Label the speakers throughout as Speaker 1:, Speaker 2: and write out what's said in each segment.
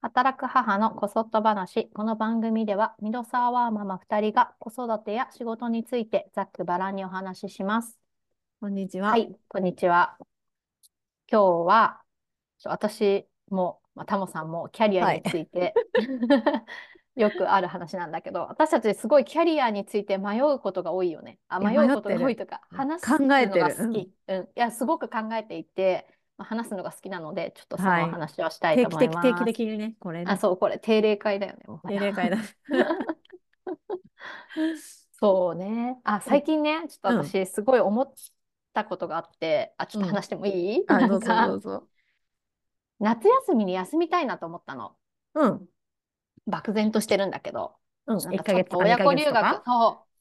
Speaker 1: 働く母のこそっと話。この番組では、ミドサーワーママ2人が子育てや仕事についてざっくばらんにお話しします。
Speaker 2: こんにちは。
Speaker 1: はい、こんにちは。今日は、ちょ私も、まあ、タモさんもキャリアについて、 よくある話なんだけど、私たちすごいキャリアについて迷うことが多いよね。あ、
Speaker 2: いや
Speaker 1: 迷うこと
Speaker 2: 迷
Speaker 1: が
Speaker 2: ってる
Speaker 1: 多いとか、
Speaker 2: うん
Speaker 1: 話す
Speaker 2: 考
Speaker 1: の
Speaker 2: えて
Speaker 1: が
Speaker 2: る
Speaker 1: 好き。うん、いや、すごく考えていて、まあ話すのが好きなので、ちょっとその
Speaker 2: はい
Speaker 1: 話をしたい
Speaker 2: 定
Speaker 1: と思
Speaker 2: 期
Speaker 1: い
Speaker 2: 的、定
Speaker 1: ます
Speaker 2: 期。的にね、これ
Speaker 1: あ、
Speaker 2: ね。
Speaker 1: そう、これ定例会だよね。もは
Speaker 2: 定
Speaker 1: や
Speaker 2: 例会だ。
Speaker 1: そうね。あ、最近ね、ちょっと私、すごい思ったことがあって、あ、ちょっと
Speaker 2: うん
Speaker 1: 話してもいい
Speaker 2: あ、
Speaker 1: な
Speaker 2: ど
Speaker 1: ん
Speaker 2: うぞど
Speaker 1: か
Speaker 2: う、ぞ。
Speaker 1: 夏休みに休みたいなと思ったの。
Speaker 2: うん。
Speaker 1: 漠然としてるんだけど。
Speaker 2: うん。
Speaker 1: なん
Speaker 2: 一
Speaker 1: かち
Speaker 2: ヶ
Speaker 1: ょっ
Speaker 2: 月
Speaker 1: と
Speaker 2: とか
Speaker 1: 親
Speaker 2: 二
Speaker 1: 子
Speaker 2: ヶ月
Speaker 1: 留
Speaker 2: と
Speaker 1: 学
Speaker 2: か。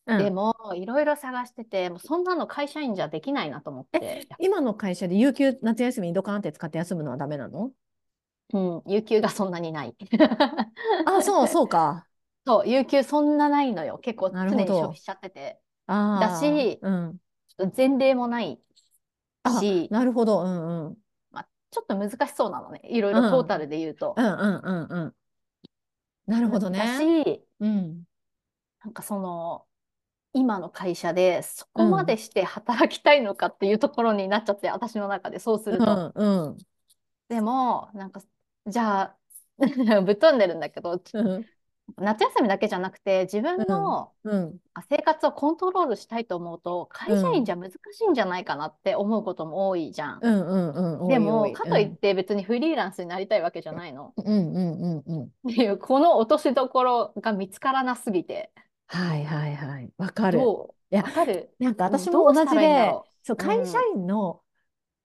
Speaker 1: と、
Speaker 2: う
Speaker 1: で
Speaker 2: ん。
Speaker 1: も、いろいろ探してて、もうそんなの会社員じゃできないなと思って、
Speaker 2: 今の会社で有給夏休みにドカーンって使って休むのはダメな の
Speaker 1: うん、有給がそんなにない。
Speaker 2: あ、そう、そうか。
Speaker 1: そう、有給そんなないのよ。結構
Speaker 2: なる
Speaker 1: 常
Speaker 2: ほ
Speaker 1: に消
Speaker 2: ど
Speaker 1: 費しちゃってて。
Speaker 2: あ
Speaker 1: だし
Speaker 2: あ。うん。
Speaker 1: ちょっと前例もない
Speaker 2: あ
Speaker 1: し、
Speaker 2: なるほど。うんうん。
Speaker 1: まあ、ちょっと難しそうなのね。いろいろ
Speaker 2: うん
Speaker 1: トータルで言うと
Speaker 2: う。んうんうんうん。なるほど
Speaker 1: だ
Speaker 2: ね。
Speaker 1: し、
Speaker 2: うん。
Speaker 1: なんかその、今の会社でそこまでして働きたいのかっていうところになっちゃって、私の中でそうす
Speaker 2: う
Speaker 1: ると。
Speaker 2: んうん。
Speaker 1: でも、なんか、じゃあ、 ぶっ飛んでるんだけど、ち
Speaker 2: うん
Speaker 1: 夏休みだけじゃなくて、自分の
Speaker 2: うん。
Speaker 1: あ生活をコントロールしたいと思うと、会社員じゃ難しいんじゃないかなって思うことも多いじゃん。
Speaker 2: うんうんうん。
Speaker 1: で
Speaker 2: お
Speaker 1: も、
Speaker 2: いおい
Speaker 1: かといって別にフリーランスになりたいわけじゃないの。
Speaker 2: うんうんうんうんうん。
Speaker 1: っていう、この落としどころが見つからなすぎて。
Speaker 2: はいはいはい。わかる。
Speaker 1: どう
Speaker 2: い
Speaker 1: わ
Speaker 2: や
Speaker 1: かる
Speaker 2: なんか
Speaker 1: うん
Speaker 2: 私
Speaker 1: ど
Speaker 2: も
Speaker 1: う
Speaker 2: 同
Speaker 1: した
Speaker 2: じ
Speaker 1: らいいんだ
Speaker 2: で、
Speaker 1: ろ
Speaker 2: そう、
Speaker 1: うん
Speaker 2: 会社員の、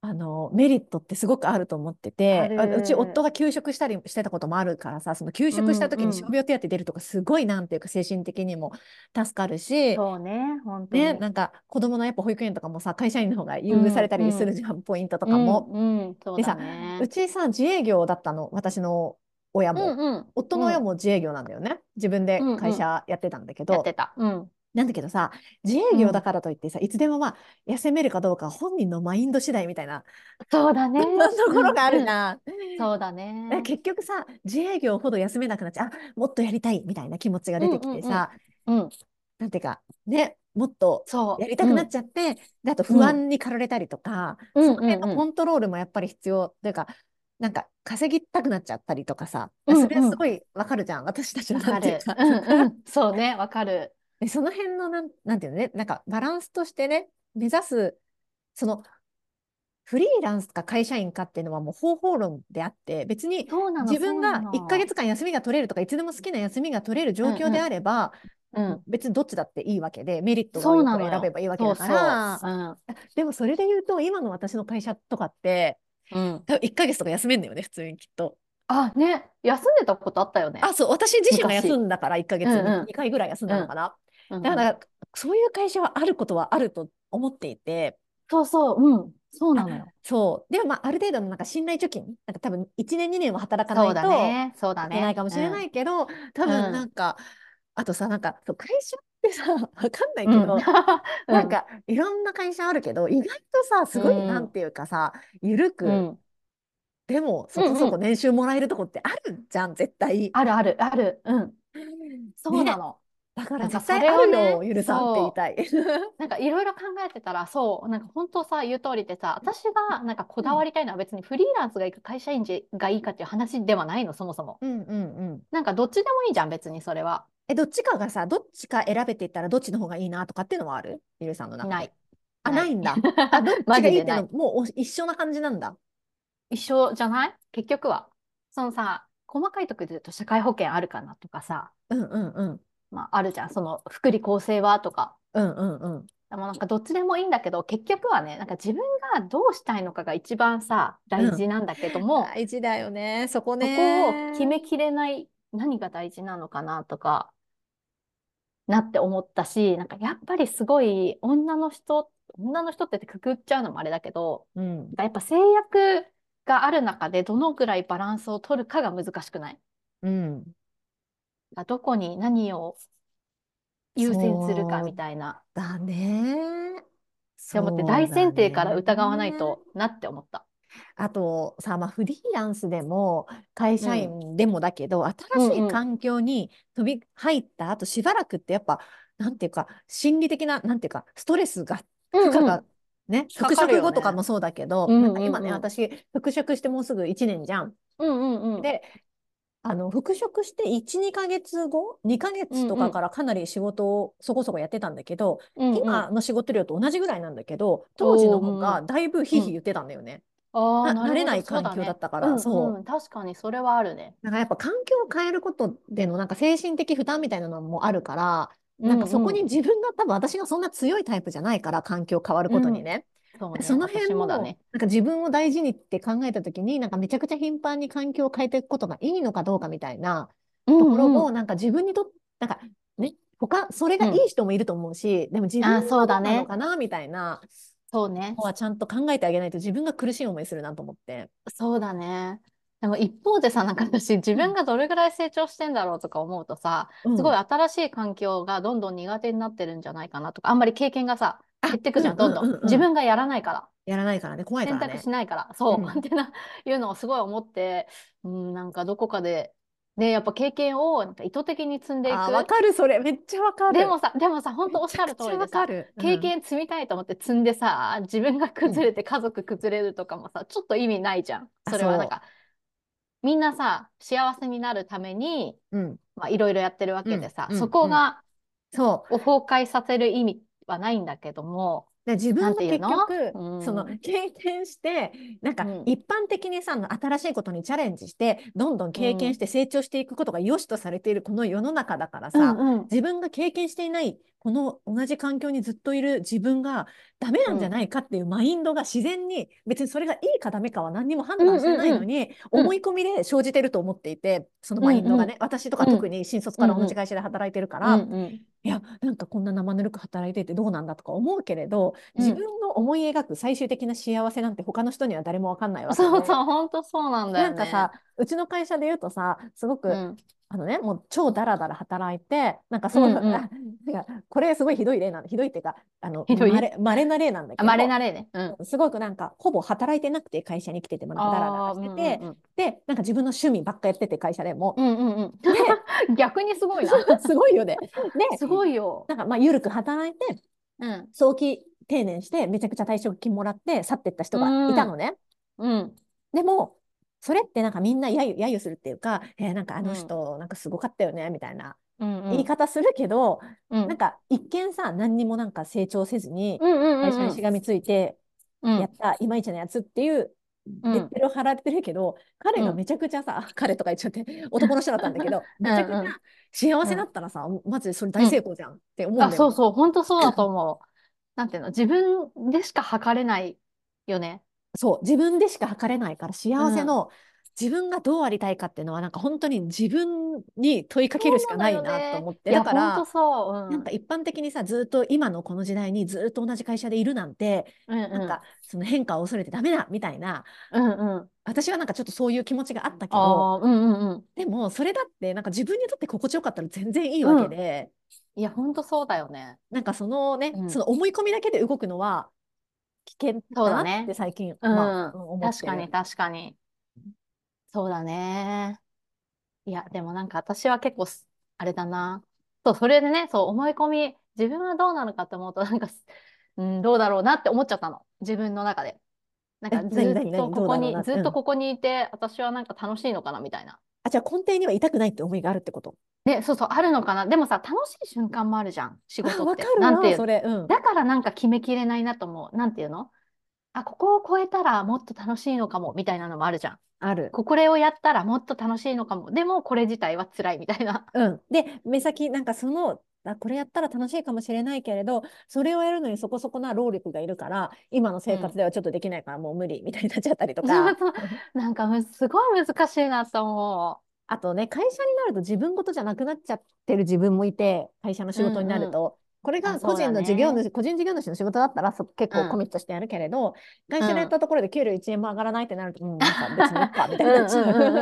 Speaker 2: あのメリットってすごくあると思ってて、
Speaker 1: ある
Speaker 2: あうち夫が休職したりしてたこともあるからさ、その休職した時
Speaker 1: うんうん
Speaker 2: に傷病手当出るとかすごいなんていうか精神的にも助かる
Speaker 1: う。
Speaker 2: し、
Speaker 1: そうね、本当
Speaker 2: ね、
Speaker 1: に。
Speaker 2: なんか子供のやっぱ保育園とかもさ、会社員の方が優遇されたりするじゃん、ポイントとかも。
Speaker 1: うん、うん、そう
Speaker 2: でさ
Speaker 1: だね。
Speaker 2: うちさ、自営業だったの、私の親
Speaker 1: う
Speaker 2: も。
Speaker 1: んうん、
Speaker 2: 夫の親
Speaker 1: うん
Speaker 2: も自営業なんだよね。自分で
Speaker 1: うんうん
Speaker 2: 会社やってたんだけ
Speaker 1: や
Speaker 2: ど
Speaker 1: っ、てた。うん。
Speaker 2: なんだけどさ、自営業だからといってさ、いつでもまあ、休めるかどうかは本人のマインド次第みたいな、
Speaker 1: そうだね。
Speaker 2: そんな ところがあ
Speaker 1: うん
Speaker 2: る
Speaker 1: うん
Speaker 2: じゃん。
Speaker 1: そうだ
Speaker 2: だから
Speaker 1: ね。
Speaker 2: 結局さ、自営業ほど休めなくなっちゃう、あ、もっとやりたいみたいな気持ちが出てきてさ、
Speaker 1: うん、
Speaker 2: なんていうか、ね、もっと
Speaker 1: そう。
Speaker 2: やりたくなっ
Speaker 1: ゃ
Speaker 2: ちゃって、で、あと不安に駆られたりとか、
Speaker 1: うん
Speaker 2: その辺
Speaker 1: うんうんう
Speaker 2: の
Speaker 1: ん
Speaker 2: コントロールもやっぱり必要というか、なんか稼ぎたくなっちゃったりとかさ、
Speaker 1: うん
Speaker 2: それすごいわかるじゃん、私たち
Speaker 1: う
Speaker 2: の
Speaker 1: ん。わか
Speaker 2: なんていう
Speaker 1: る。
Speaker 2: か。
Speaker 1: うん うん。そうね、わかる。
Speaker 2: で、その辺のなん、なんていうのね、なんかバランスとしてね、目指す、その、フリーランスか会社員かっていうのはもう方法論であって、別に
Speaker 1: そうなの、
Speaker 2: 自分が
Speaker 1: そう
Speaker 2: 1
Speaker 1: な
Speaker 2: ヶ
Speaker 1: の。
Speaker 2: 月間休みが取れるとか、いつでも好きな休みが取れる状況であれば、
Speaker 1: うん。
Speaker 2: 別にどっちだっていいわけで、メリットが
Speaker 1: そう
Speaker 2: 多い
Speaker 1: な
Speaker 2: か
Speaker 1: の
Speaker 2: ら選べ
Speaker 1: よ。
Speaker 2: ばいいわけ
Speaker 1: そうそ
Speaker 2: だから、
Speaker 1: う。
Speaker 2: でもそれで言うと、今の私の会社とかって、
Speaker 1: うん。うん。
Speaker 2: 多分1ヶ月とか休めんだよね、普通にきっと。
Speaker 1: あ、ね、休んでたことあったよね。
Speaker 2: あ、そう、私自身が
Speaker 1: 昔
Speaker 2: 休んだから、1ヶ月
Speaker 1: うんうん
Speaker 2: に2回ぐらい休んだのかな。
Speaker 1: うんうん
Speaker 2: だから、そういう会社はあることはあると思っていて、
Speaker 1: そうそう、うん、そうなのよ。
Speaker 2: そう。でも、まあ、ある程度のなんか信頼貯金、なんか多分1年、2年は働かな
Speaker 1: そう
Speaker 2: い
Speaker 1: だ
Speaker 2: と
Speaker 1: ね、そうだ
Speaker 2: いけない
Speaker 1: ね。
Speaker 2: かもしれないけど、多
Speaker 1: うん
Speaker 2: 分なんか、あとさ、なんか、そう会社ってさ、 わかんない
Speaker 1: うん。
Speaker 2: け
Speaker 1: う
Speaker 2: ど、
Speaker 1: んうん
Speaker 2: なんか、いろんな会社あるけど、意外とさ、すご
Speaker 1: う
Speaker 2: い、
Speaker 1: ん
Speaker 2: なんていうかさ、ゆる
Speaker 1: う
Speaker 2: く、
Speaker 1: ん、
Speaker 2: でも、そこそ
Speaker 1: うんう
Speaker 2: こ年収もらえるとこってあるじゃん、絶対。
Speaker 1: あるあるある、うん、そうな
Speaker 2: ね。
Speaker 1: の。
Speaker 2: だから、
Speaker 1: なんか
Speaker 2: 絶対
Speaker 1: それ
Speaker 2: あ
Speaker 1: を
Speaker 2: る
Speaker 1: ね
Speaker 2: よ、ゆるさんって言いたい。
Speaker 1: なんかいろいろ考えてたら、そう、なんか本当さ、言う通りでさ、私がなんかこだわりたいのは別にフリーランスがいいか会社員がいいかっていう話ではないの、そもそも。
Speaker 2: うんうんうん。
Speaker 1: なんかどっちでもいいじゃん、別にそれは。
Speaker 2: え、どっちかがさ、どっちか選べていったらどっちの方がいいなとかっていうのはあるゆるさんの中で。
Speaker 1: ない。
Speaker 2: あ、
Speaker 1: な
Speaker 2: ないい んだ。あ、どっ
Speaker 1: マ
Speaker 2: ちが
Speaker 1: ジ
Speaker 2: い
Speaker 1: で
Speaker 2: いってい
Speaker 1: な
Speaker 2: う
Speaker 1: い
Speaker 2: のもうお一緒な感じなんだ。
Speaker 1: 一緒じゃない結局は。そのさ、細かいとこで言うと社会保険あるかなとかさ、
Speaker 2: うんうんうん。
Speaker 1: まあ、あるじゃん、その福利厚生はとか。
Speaker 2: うんうんうん。
Speaker 1: でもなんかどっちでもいいんだけど結局はねなんか自分がどうしたいのかが一番さ大事なんだけども、
Speaker 2: 大事だよね。そこ
Speaker 1: そ
Speaker 2: ね。
Speaker 1: こを決めきれない何が大事なのかなとかなって思ったしなんかやっぱりすごい女の人女の人ってくくっちゃうのもあれだけど
Speaker 2: うん
Speaker 1: なん。かやっぱ制約がある中でどのぐらいバランスを取るかが難しくない
Speaker 2: うん。
Speaker 1: どこに何を優先するかみたいな
Speaker 2: そうだね。
Speaker 1: って思って
Speaker 2: そう
Speaker 1: 大前
Speaker 2: だ
Speaker 1: 提から
Speaker 2: ね
Speaker 1: 疑わないとなって思った。
Speaker 2: あとさ、まあ、フリーランスでも会社
Speaker 1: う
Speaker 2: 員でもだけど、新し
Speaker 1: うんう
Speaker 2: い
Speaker 1: ん
Speaker 2: 環境に飛び入った後しばらくってやっぱなんていうか心理的ななんていうかストレスが負荷がね、
Speaker 1: かかる
Speaker 2: 復
Speaker 1: よね
Speaker 2: 職後とかもそうだけど、
Speaker 1: うんうん
Speaker 2: な
Speaker 1: うん
Speaker 2: んか今ね、私、復職してもうすぐ1年じゃん。
Speaker 1: うんうんうん。
Speaker 2: で、あの、復職して1、2ヶ月後、2ヶ月とかからかなり仕事をそこそこやってたんだけど、
Speaker 1: うんうん、
Speaker 2: 今の仕事量と同じぐらいなんだけど、当時の方がだいぶひいひい言ってたんだよね。
Speaker 1: ああ、
Speaker 2: な
Speaker 1: る
Speaker 2: 慣れ
Speaker 1: ほど
Speaker 2: ない
Speaker 1: そう
Speaker 2: 環境だ
Speaker 1: ね
Speaker 2: ったから
Speaker 1: うん
Speaker 2: そう
Speaker 1: うん確かにそれはあるね。
Speaker 2: なんかやっぱ環境を変えることでのなんか精神的負担みたいなのもあるから、なんかそこ
Speaker 1: う
Speaker 2: に
Speaker 1: んうん
Speaker 2: 自分が多分私がそんな強いタイプじゃないから、環境変わることにね。
Speaker 1: そうね
Speaker 2: その辺
Speaker 1: 私も
Speaker 2: も、
Speaker 1: だね。
Speaker 2: なんか自分を大事にって考えたときに、なんかめちゃくちゃ頻繁に環境を変えていくことがいいのかどうかみたいな
Speaker 1: と
Speaker 2: ところを、なんか自分にとっなんかね、他、それがいい人もいると思うし、でも自分
Speaker 1: あ
Speaker 2: は
Speaker 1: ー
Speaker 2: ど
Speaker 1: そううだ
Speaker 2: な
Speaker 1: ね
Speaker 2: のかなみたいな
Speaker 1: そうね
Speaker 2: の。はちゃんと考えてあげないと自分が苦しい思いするなと思って。
Speaker 1: そうだね。でも一方でさ、なんか私、自分がどれぐらい成長してんだろうとか思うとさ、
Speaker 2: うん
Speaker 1: すごい新しい環境がどんどん苦手になってるんじゃないかなとか、あんまり経験がさ、
Speaker 2: あ
Speaker 1: 減ってくじゃん、
Speaker 2: う
Speaker 1: ど
Speaker 2: ん
Speaker 1: ん
Speaker 2: うん
Speaker 1: ど
Speaker 2: うんうん
Speaker 1: ん。自分がやらないから、
Speaker 2: やらないからね、怖いか
Speaker 1: 選
Speaker 2: ら
Speaker 1: 択
Speaker 2: ね
Speaker 1: し。ないから、そうう、
Speaker 2: ん
Speaker 1: ってな、いうのをすごい思って、うん、なんかどこかで、ね、やっぱ経験をなんか意図的に積んでい
Speaker 2: あー、
Speaker 1: く。
Speaker 2: わかる、それ。めっちゃわかる。
Speaker 1: でもさ、でもさ、本当おっしゃる通りで
Speaker 2: めちゃ
Speaker 1: さ
Speaker 2: くちゃわか、る。うん
Speaker 1: 経験積みたいと思って積んでさ、自分が崩れて家族崩れるとかもさ、ちょっと意味ないじゃん。
Speaker 2: あ
Speaker 1: それは
Speaker 2: そう
Speaker 1: なんか、みんなさ、幸せになるために、
Speaker 2: うん。
Speaker 1: まあ、いろいろやってるわけでさ、
Speaker 2: うんうん
Speaker 1: そこが、
Speaker 2: そう。
Speaker 1: を崩壊させる意味はないんだけども、
Speaker 2: で自分
Speaker 1: な
Speaker 2: が
Speaker 1: んていう
Speaker 2: 結
Speaker 1: の
Speaker 2: 局
Speaker 1: うん
Speaker 2: その経験してなんか
Speaker 1: うん
Speaker 2: 一般的にさ新しいことにチャレンジしてどんどん経験して成長していくことが良しとされているこの世の中だからさ、
Speaker 1: うん
Speaker 2: 自分が経験していないこの同じ環境にずっといる自分がダメなんじゃないかっていうマインドが自然に別にそれがいいかダメかは何にも判断してないのに
Speaker 1: うんうん
Speaker 2: 思い込みで生じてると思っていてそのマインドがね私とか特に新卒から同じ会社で働いてるか
Speaker 1: うん
Speaker 2: ら
Speaker 1: うん
Speaker 2: いや、なんかこんな生ぬるく働いててどうなんだとか思うけれど、
Speaker 1: うん
Speaker 2: 自分の思い描く最終的な幸せなんて他の人には誰もわかんないわけで。
Speaker 1: そうそう、本当そうなんだよ
Speaker 2: な
Speaker 1: ね。
Speaker 2: んかさ、うちの会社で言うとさ、すごく、
Speaker 1: うん、
Speaker 2: あのね、もう超ダラダラ働いて、なんかその、
Speaker 1: うんうん
Speaker 2: あなんかこれすごいひどい例なんひどいっていうか、あの、
Speaker 1: ひどい
Speaker 2: まれ、稀な例なんだけ
Speaker 1: あ、
Speaker 2: ど、
Speaker 1: まれなれね。うん。
Speaker 2: すごくなんか、ほぼ働いてなくて会社に来てて、まあなんかダラダラしてて、
Speaker 1: あー
Speaker 2: で、なんか自分の趣味ばっかやってて会社でも
Speaker 1: う、んうんうんうんうん。 逆にすごいな。
Speaker 2: すごいよね。で、
Speaker 1: すごいよ。
Speaker 2: なんかまあ、ゆるく働いて、
Speaker 1: うん。
Speaker 2: 早期定年してめちゃくちゃ退職金もらって去ってった人がいたのね。
Speaker 1: うん。
Speaker 2: でもそれってなんかみんな揶揄揶揄するっていうか、えーなんかあの人なんかすごかったよねみたいな
Speaker 1: うんうん
Speaker 2: 言い方するけど、
Speaker 1: うん
Speaker 2: なんか一見さ何にもなんか成長せずに
Speaker 1: うんうんうん
Speaker 2: 会社にしがみついて
Speaker 1: うん
Speaker 2: やった、いまいちなやつっていう
Speaker 1: うん
Speaker 2: レッテルを払ってるけど、彼がめちゃくちゃさ、彼とか言っちゃって男の人だったんだけど
Speaker 1: うん
Speaker 2: めちゃくちゃ幸せだったらさ、マジでそれ大成功じゃんって思うんだよ
Speaker 1: あ、
Speaker 2: ね、
Speaker 1: そうそう、本当そうだと思 う。なんていうの、自分でしか測れないよね。
Speaker 2: そう、自分でしか測れないから、幸せの自分がどうありたいかっていうのは、なんか本当に自分に問いかけるしかないなと思って、
Speaker 1: いや、
Speaker 2: だか
Speaker 1: 本当
Speaker 2: ら、
Speaker 1: そう。
Speaker 2: なんか一般的にさ、ずっと今のこの時代にずっと同じ会社でいるなんて、
Speaker 1: うん、うん、
Speaker 2: なんかその変化を恐れてダメだみたいな、
Speaker 1: うん、うん、うん。
Speaker 2: 私はなんかちょっとそういう気持ちがあったけど、
Speaker 1: ああ、うん、うん、うん。
Speaker 2: でもそれだって、なんか自分にとって心地よかったら全然いいわけで、
Speaker 1: いや、本当そうだよね。
Speaker 2: なんかそのね
Speaker 1: う、ん
Speaker 2: その思い込みだけで動くのは危険
Speaker 1: そう
Speaker 2: だ
Speaker 1: だ
Speaker 2: な
Speaker 1: ね
Speaker 2: って最近、
Speaker 1: うん、
Speaker 2: まあ、思って
Speaker 1: 確
Speaker 2: る
Speaker 1: かに、確かに。そうだね。いや、でもなんか私は結構す、あれだな。そう、それでね、そう、思い込み、自分はどうなのかと思うと、なんかす、うん、どうだろうなって思っちゃったの。自分の中で。なんかず
Speaker 2: え何
Speaker 1: っ
Speaker 2: 何何
Speaker 1: と
Speaker 2: ど
Speaker 1: こ
Speaker 2: う
Speaker 1: こ
Speaker 2: だろう
Speaker 1: に、
Speaker 2: な
Speaker 1: ずっとここにいて、私はなんか楽しいのかなみたいな。
Speaker 2: あ、じゃあ根底には痛くないって思いがあるってこと
Speaker 1: ね、そうそう、あるのかな。でもさ、楽しい瞬間もあるじゃん、仕
Speaker 2: あ
Speaker 1: 事っ
Speaker 2: わ
Speaker 1: て。
Speaker 2: かる
Speaker 1: なんてい
Speaker 2: な、
Speaker 1: う
Speaker 2: それ。うん。
Speaker 1: だからなんか決めきれないなと思う。なんていうのあ、ここを超えたらもっと楽しいのかも、みたいなのもあるじゃん。
Speaker 2: ある。
Speaker 1: これをやったらもっと楽しいのかも。でも、これ自体は辛いみたいな。
Speaker 2: うん。で、目先、なんかその、あ、これやったら楽しいかもしれないけれど、それをやるのにそこそこな労力がいるから、今の生活ではちょっとできないからもう無理みたいになっちゃったりとか、
Speaker 1: そうなんかむすごい難しいなと思
Speaker 2: あとね、会社になると自分事じゃなくなっちゃってる自分もいて、会社の仕事になると、これが
Speaker 1: あそう
Speaker 2: 個
Speaker 1: だ
Speaker 2: 人の
Speaker 1: ね
Speaker 2: 事業主、個人事業主の仕事だったらそ結構
Speaker 1: うん
Speaker 2: コミットしてやるけれど、会社のやったところで給料1円も上がらないってなると、うん、なんか別にいっかみ
Speaker 1: う。
Speaker 2: たいになっち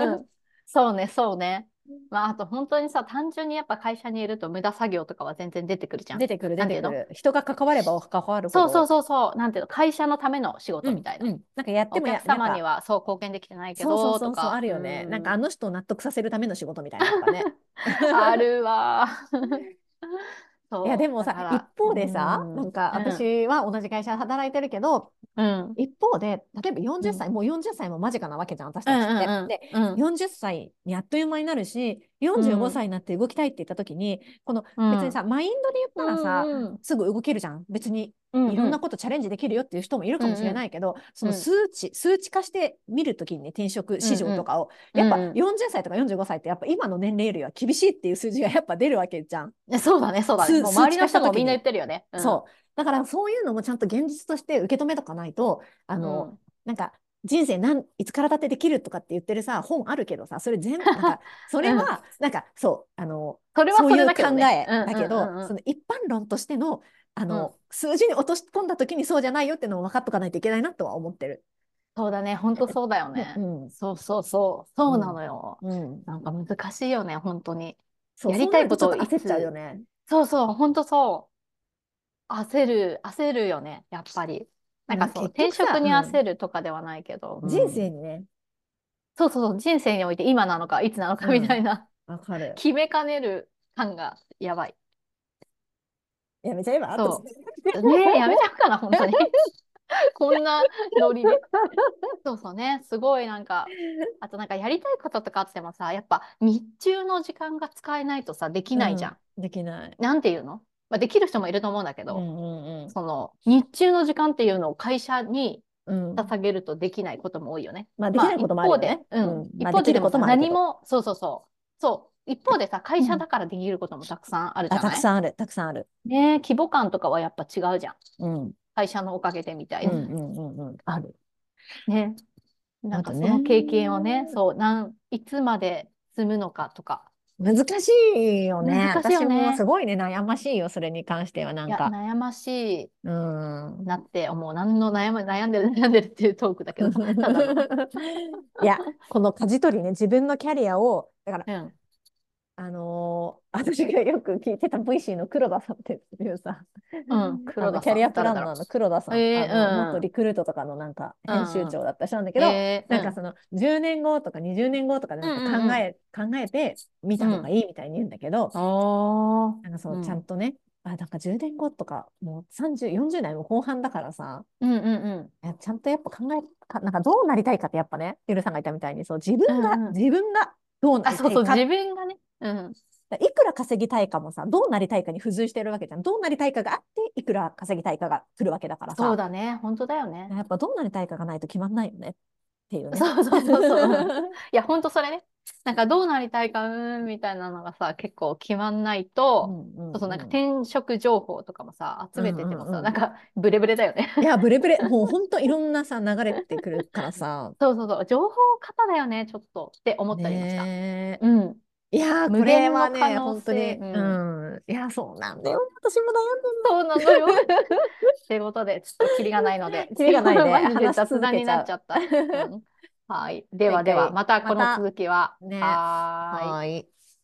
Speaker 2: ゃう。
Speaker 1: そうね、そうね。まあ、あと本当にさ、単純にやっぱ会社にいると無駄作業とかは全然出てくるじゃん。
Speaker 2: 出てくる、
Speaker 1: なんてい
Speaker 2: 出て
Speaker 1: う
Speaker 2: く
Speaker 1: の
Speaker 2: る。人が関われば関わるほ
Speaker 1: そう
Speaker 2: ど。
Speaker 1: そうそうそう、なんていうの、会社のための仕事
Speaker 2: うん
Speaker 1: みたいな。
Speaker 2: うんなんかやって
Speaker 1: お
Speaker 2: もや
Speaker 1: 客様
Speaker 2: なん
Speaker 1: に
Speaker 2: か
Speaker 1: はそう貢献できてないけ
Speaker 2: そうそ
Speaker 1: ど
Speaker 2: うそ
Speaker 1: と
Speaker 2: うそう、
Speaker 1: か。
Speaker 2: あるよね。
Speaker 1: う
Speaker 2: なんかあの人を納得させるための仕事みたいなのが ね。
Speaker 1: ある わ。
Speaker 2: いや、
Speaker 1: そ
Speaker 2: で
Speaker 1: う、
Speaker 2: も
Speaker 1: だ
Speaker 2: さ、
Speaker 1: か
Speaker 2: 一
Speaker 1: ら、
Speaker 2: 方
Speaker 1: う
Speaker 2: でさ、なん
Speaker 1: ん、
Speaker 2: か私は同じ会社で働いてるけど、
Speaker 1: うん、うん、
Speaker 2: 一方で、例えば40
Speaker 1: うん
Speaker 2: 歳、もう40歳も間近なわけじゃん、私
Speaker 1: う
Speaker 2: たちって。
Speaker 1: ん、
Speaker 2: で、
Speaker 1: うん、うん、
Speaker 2: 40歳にあっという間になるし、
Speaker 1: う
Speaker 2: 45
Speaker 1: ん、
Speaker 2: 歳になって動きたいって言った時に、この
Speaker 1: う
Speaker 2: 別に
Speaker 1: ん、
Speaker 2: さ、マインドで言ったらさ、
Speaker 1: うん、
Speaker 2: すぐ動けるじゃん。別に
Speaker 1: うん、、
Speaker 2: いうろんなんことチャレンジできるよっていう人もいる
Speaker 1: う
Speaker 2: か
Speaker 1: ん、
Speaker 2: もしれ
Speaker 1: うん、
Speaker 2: ないけど、その
Speaker 1: うん、
Speaker 2: 数値、数値化して見るときにね、転職
Speaker 1: うん、
Speaker 2: 市場
Speaker 1: う
Speaker 2: と
Speaker 1: ん、
Speaker 2: かを、やっぱ
Speaker 1: うん。
Speaker 2: 40歳とか45歳ってやっぱ今の年齢よりは厳しいっていう数字がやっぱ出るわけじゃん。
Speaker 1: ねそうだね、そうだね。
Speaker 2: 数、
Speaker 1: もう
Speaker 2: 数
Speaker 1: 周
Speaker 2: 値
Speaker 1: りの
Speaker 2: 化した
Speaker 1: 人
Speaker 2: と
Speaker 1: も
Speaker 2: き
Speaker 1: みんな言
Speaker 2: に。
Speaker 1: ってるよね。うん、
Speaker 2: そう。だからそういうのもちゃんと現実として受け止めとかないと、あ
Speaker 1: う
Speaker 2: の、
Speaker 1: ん。
Speaker 2: なんか人生なん、いつからだってできるとかって言ってるさ、本あるけどさ、そ れ全、なんか、それ
Speaker 1: うん。
Speaker 2: は、なんか、そう、あの、
Speaker 1: それは
Speaker 2: そう
Speaker 1: そ
Speaker 2: い
Speaker 1: れ
Speaker 2: う
Speaker 1: だけ
Speaker 2: 考
Speaker 1: どね。う
Speaker 2: え
Speaker 1: んう
Speaker 2: だ
Speaker 1: ん
Speaker 2: けど、
Speaker 1: うんう
Speaker 2: そ
Speaker 1: ん。
Speaker 2: の一般論としての、あ
Speaker 1: うん。
Speaker 2: の、数字に落とし込んだ時にそうじゃないよってのを分かっとかないといけないなとは思ってる。
Speaker 1: そうだね。ほんとそうだよね。
Speaker 2: うん、
Speaker 1: そうそうそう。
Speaker 2: う、
Speaker 1: そうなんのよ。
Speaker 2: うん。
Speaker 1: なんか難しいよね、本当に。
Speaker 2: そう、
Speaker 1: や
Speaker 2: そ
Speaker 1: り
Speaker 2: う
Speaker 1: た
Speaker 2: ないると
Speaker 1: こ
Speaker 2: ちょ
Speaker 1: と
Speaker 2: っと
Speaker 1: をい
Speaker 2: 焦っちゃうよ
Speaker 1: つ、
Speaker 2: ね。
Speaker 1: そうそう、ほんとそう。焦る、焦るよね、やっぱり。なん
Speaker 2: ま
Speaker 1: か
Speaker 2: あ
Speaker 1: その転
Speaker 2: 結
Speaker 1: 職
Speaker 2: 局さ、
Speaker 1: に
Speaker 2: うん、
Speaker 1: 焦るとかではないけど、う
Speaker 2: 人
Speaker 1: ん。
Speaker 2: 生にね、
Speaker 1: そうそうそう、人生において今なのか、いつなの
Speaker 2: う
Speaker 1: かみたい
Speaker 2: ん、
Speaker 1: な、
Speaker 2: わかる。
Speaker 1: 決めかねる感がやばい。
Speaker 2: やめちゃえば私。
Speaker 1: そう。 ねえ、やめちゃうかな、本当に。 こんなノリで。そうそうね、すごいなんか、あとなんかやりたいこととかあってもさ、やっぱ日中の時間が使えないとさ、できないうじゃん。
Speaker 2: ん、できない。
Speaker 1: なんていうのまあ、できる人もいると思うんだけ
Speaker 2: う
Speaker 1: ど、
Speaker 2: んうん
Speaker 1: その日中の時間っていうのを会社に
Speaker 2: うん。うん。
Speaker 1: 捧げるとできないことも多いよね。
Speaker 2: まあ、でき
Speaker 1: ま
Speaker 2: な
Speaker 1: あ
Speaker 2: いこ
Speaker 1: 一
Speaker 2: ともある
Speaker 1: 方
Speaker 2: よ
Speaker 1: で、
Speaker 2: ね。
Speaker 1: う、
Speaker 2: うんん。ま
Speaker 1: 一
Speaker 2: あ、で
Speaker 1: 方
Speaker 2: き
Speaker 1: でで
Speaker 2: るこ
Speaker 1: も
Speaker 2: と
Speaker 1: さ、
Speaker 2: もあるけ
Speaker 1: 何
Speaker 2: ど。
Speaker 1: も、そうそうそう、そう、一方でさ、会
Speaker 2: う
Speaker 1: 社
Speaker 2: ん。
Speaker 1: だからできることもたくさんあるじゃ
Speaker 2: あ、たく
Speaker 1: ない
Speaker 2: さんある、たくさんある。
Speaker 1: ねえ、規模感とかはやっぱ違うじゃん。
Speaker 2: うん。
Speaker 1: 会社のおかげでみた
Speaker 2: う
Speaker 1: い
Speaker 2: ん
Speaker 1: な。
Speaker 2: うんうんうん。ある。
Speaker 1: ね。なん
Speaker 2: あ
Speaker 1: か
Speaker 2: と
Speaker 1: そ
Speaker 2: ね、
Speaker 1: の経験をね、そう、なん、いつまで積むのかとか。
Speaker 2: 難しいよ
Speaker 1: 難し
Speaker 2: ね。
Speaker 1: い
Speaker 2: 私
Speaker 1: よ
Speaker 2: もす
Speaker 1: ね。
Speaker 2: ごいね、悩ましいよ、それに関しては、ないん
Speaker 1: や、
Speaker 2: か。
Speaker 1: 悩ましいう
Speaker 2: ーん。
Speaker 1: なって思う。何の悩む、悩んでる、 悩んでるっていうトークだけどさ、ただ の。
Speaker 2: いや、この舵取りね、自分のキャリアを、だから、
Speaker 1: うん。
Speaker 2: あのー 私がよく聞いてた VC の黒田さんっていうさ、
Speaker 1: うん。
Speaker 2: あ
Speaker 1: 黒
Speaker 2: の
Speaker 1: 田
Speaker 2: キャ
Speaker 1: さ
Speaker 2: リ
Speaker 1: ん、
Speaker 2: アプ
Speaker 1: 誰
Speaker 2: ラ
Speaker 1: だ
Speaker 2: ン
Speaker 1: ろ
Speaker 2: ナーの黒田
Speaker 1: う。
Speaker 2: さん、あ
Speaker 1: え
Speaker 2: の元リ
Speaker 1: ー、
Speaker 2: クルートとかのなんか
Speaker 1: う
Speaker 2: 編集
Speaker 1: ん。うん。
Speaker 2: 長だった人なんだけ
Speaker 1: え
Speaker 2: ど、
Speaker 1: え
Speaker 2: なん
Speaker 1: ー、う
Speaker 2: か
Speaker 1: ん。
Speaker 2: その10年後とか20年後とかで
Speaker 1: う
Speaker 2: なん
Speaker 1: ん
Speaker 2: か
Speaker 1: うん
Speaker 2: 考
Speaker 1: うん。
Speaker 2: え、考えてみ
Speaker 1: う
Speaker 2: た方が
Speaker 1: ん。
Speaker 2: いいみたいに言うんだけど、
Speaker 1: おー。
Speaker 2: なんかそうのちゃ
Speaker 1: ん。
Speaker 2: んとね、あ、なんか10年後とかもう30、40代も後半だからさ、
Speaker 1: うんうんうん。
Speaker 2: いやちゃんとやっぱ考えか、なんかどうなりたいかってやっぱね、ゆるさんが言ったみたいに、そう、自分
Speaker 1: う
Speaker 2: が、
Speaker 1: んうん。
Speaker 2: 自分がどうな
Speaker 1: あ、
Speaker 2: り
Speaker 1: そ
Speaker 2: た
Speaker 1: う
Speaker 2: い
Speaker 1: そう、
Speaker 2: か
Speaker 1: 自分がね。うん。
Speaker 2: だからいくら稼ぎたいかもさ、どうなりたいかに付随してるわけじゃん。どうなりたいかがあって、いくら稼ぎたいかが来るわけだから
Speaker 1: そう
Speaker 2: さ、
Speaker 1: だね。本当だよね。
Speaker 2: やっぱどうなりたいかがないと決まんないよねっていうね。
Speaker 1: そうそうそうそう。うんいや、ほんとそれね。なんかどうなりたいか、うーん、みたいなのがさ、結構決まんないうと、
Speaker 2: ん う
Speaker 1: そうそう、なんか
Speaker 2: んうん。
Speaker 1: 転職情報とかもさ、集
Speaker 2: う
Speaker 1: め
Speaker 2: ん
Speaker 1: て
Speaker 2: う
Speaker 1: てもさ、
Speaker 2: んう
Speaker 1: なん
Speaker 2: ん。
Speaker 1: かブレブレだよね。
Speaker 2: いや、ブレブレ、もうほんといろんなさ、流れてくるからさ、
Speaker 1: そうそうそう、情報過多だよね、ちょっとって思ったりもした。
Speaker 2: ね
Speaker 1: うん。
Speaker 2: え。いやー、
Speaker 1: 無
Speaker 2: これ
Speaker 1: 限
Speaker 2: は
Speaker 1: の可
Speaker 2: ね、
Speaker 1: 能
Speaker 2: 本当
Speaker 1: 性。
Speaker 2: に、
Speaker 1: うん。
Speaker 2: うん。いや、そうなんだよね。私も
Speaker 1: そうなのよ。
Speaker 2: 悩んでん
Speaker 1: ってことで、ちょっとキリがないので、
Speaker 2: の。キリ がないね。
Speaker 1: マジで
Speaker 2: 話し
Speaker 1: 雑
Speaker 2: 続
Speaker 1: 談
Speaker 2: け
Speaker 1: に
Speaker 2: ち
Speaker 1: なっ
Speaker 2: ゃ
Speaker 1: ち
Speaker 2: う。
Speaker 1: ゃった。うん。はい。で
Speaker 2: 前
Speaker 1: はでは、
Speaker 2: 回、
Speaker 1: また
Speaker 2: ま
Speaker 1: この
Speaker 2: た、
Speaker 1: 続きは、
Speaker 2: ね。
Speaker 1: はーい。
Speaker 2: はーい。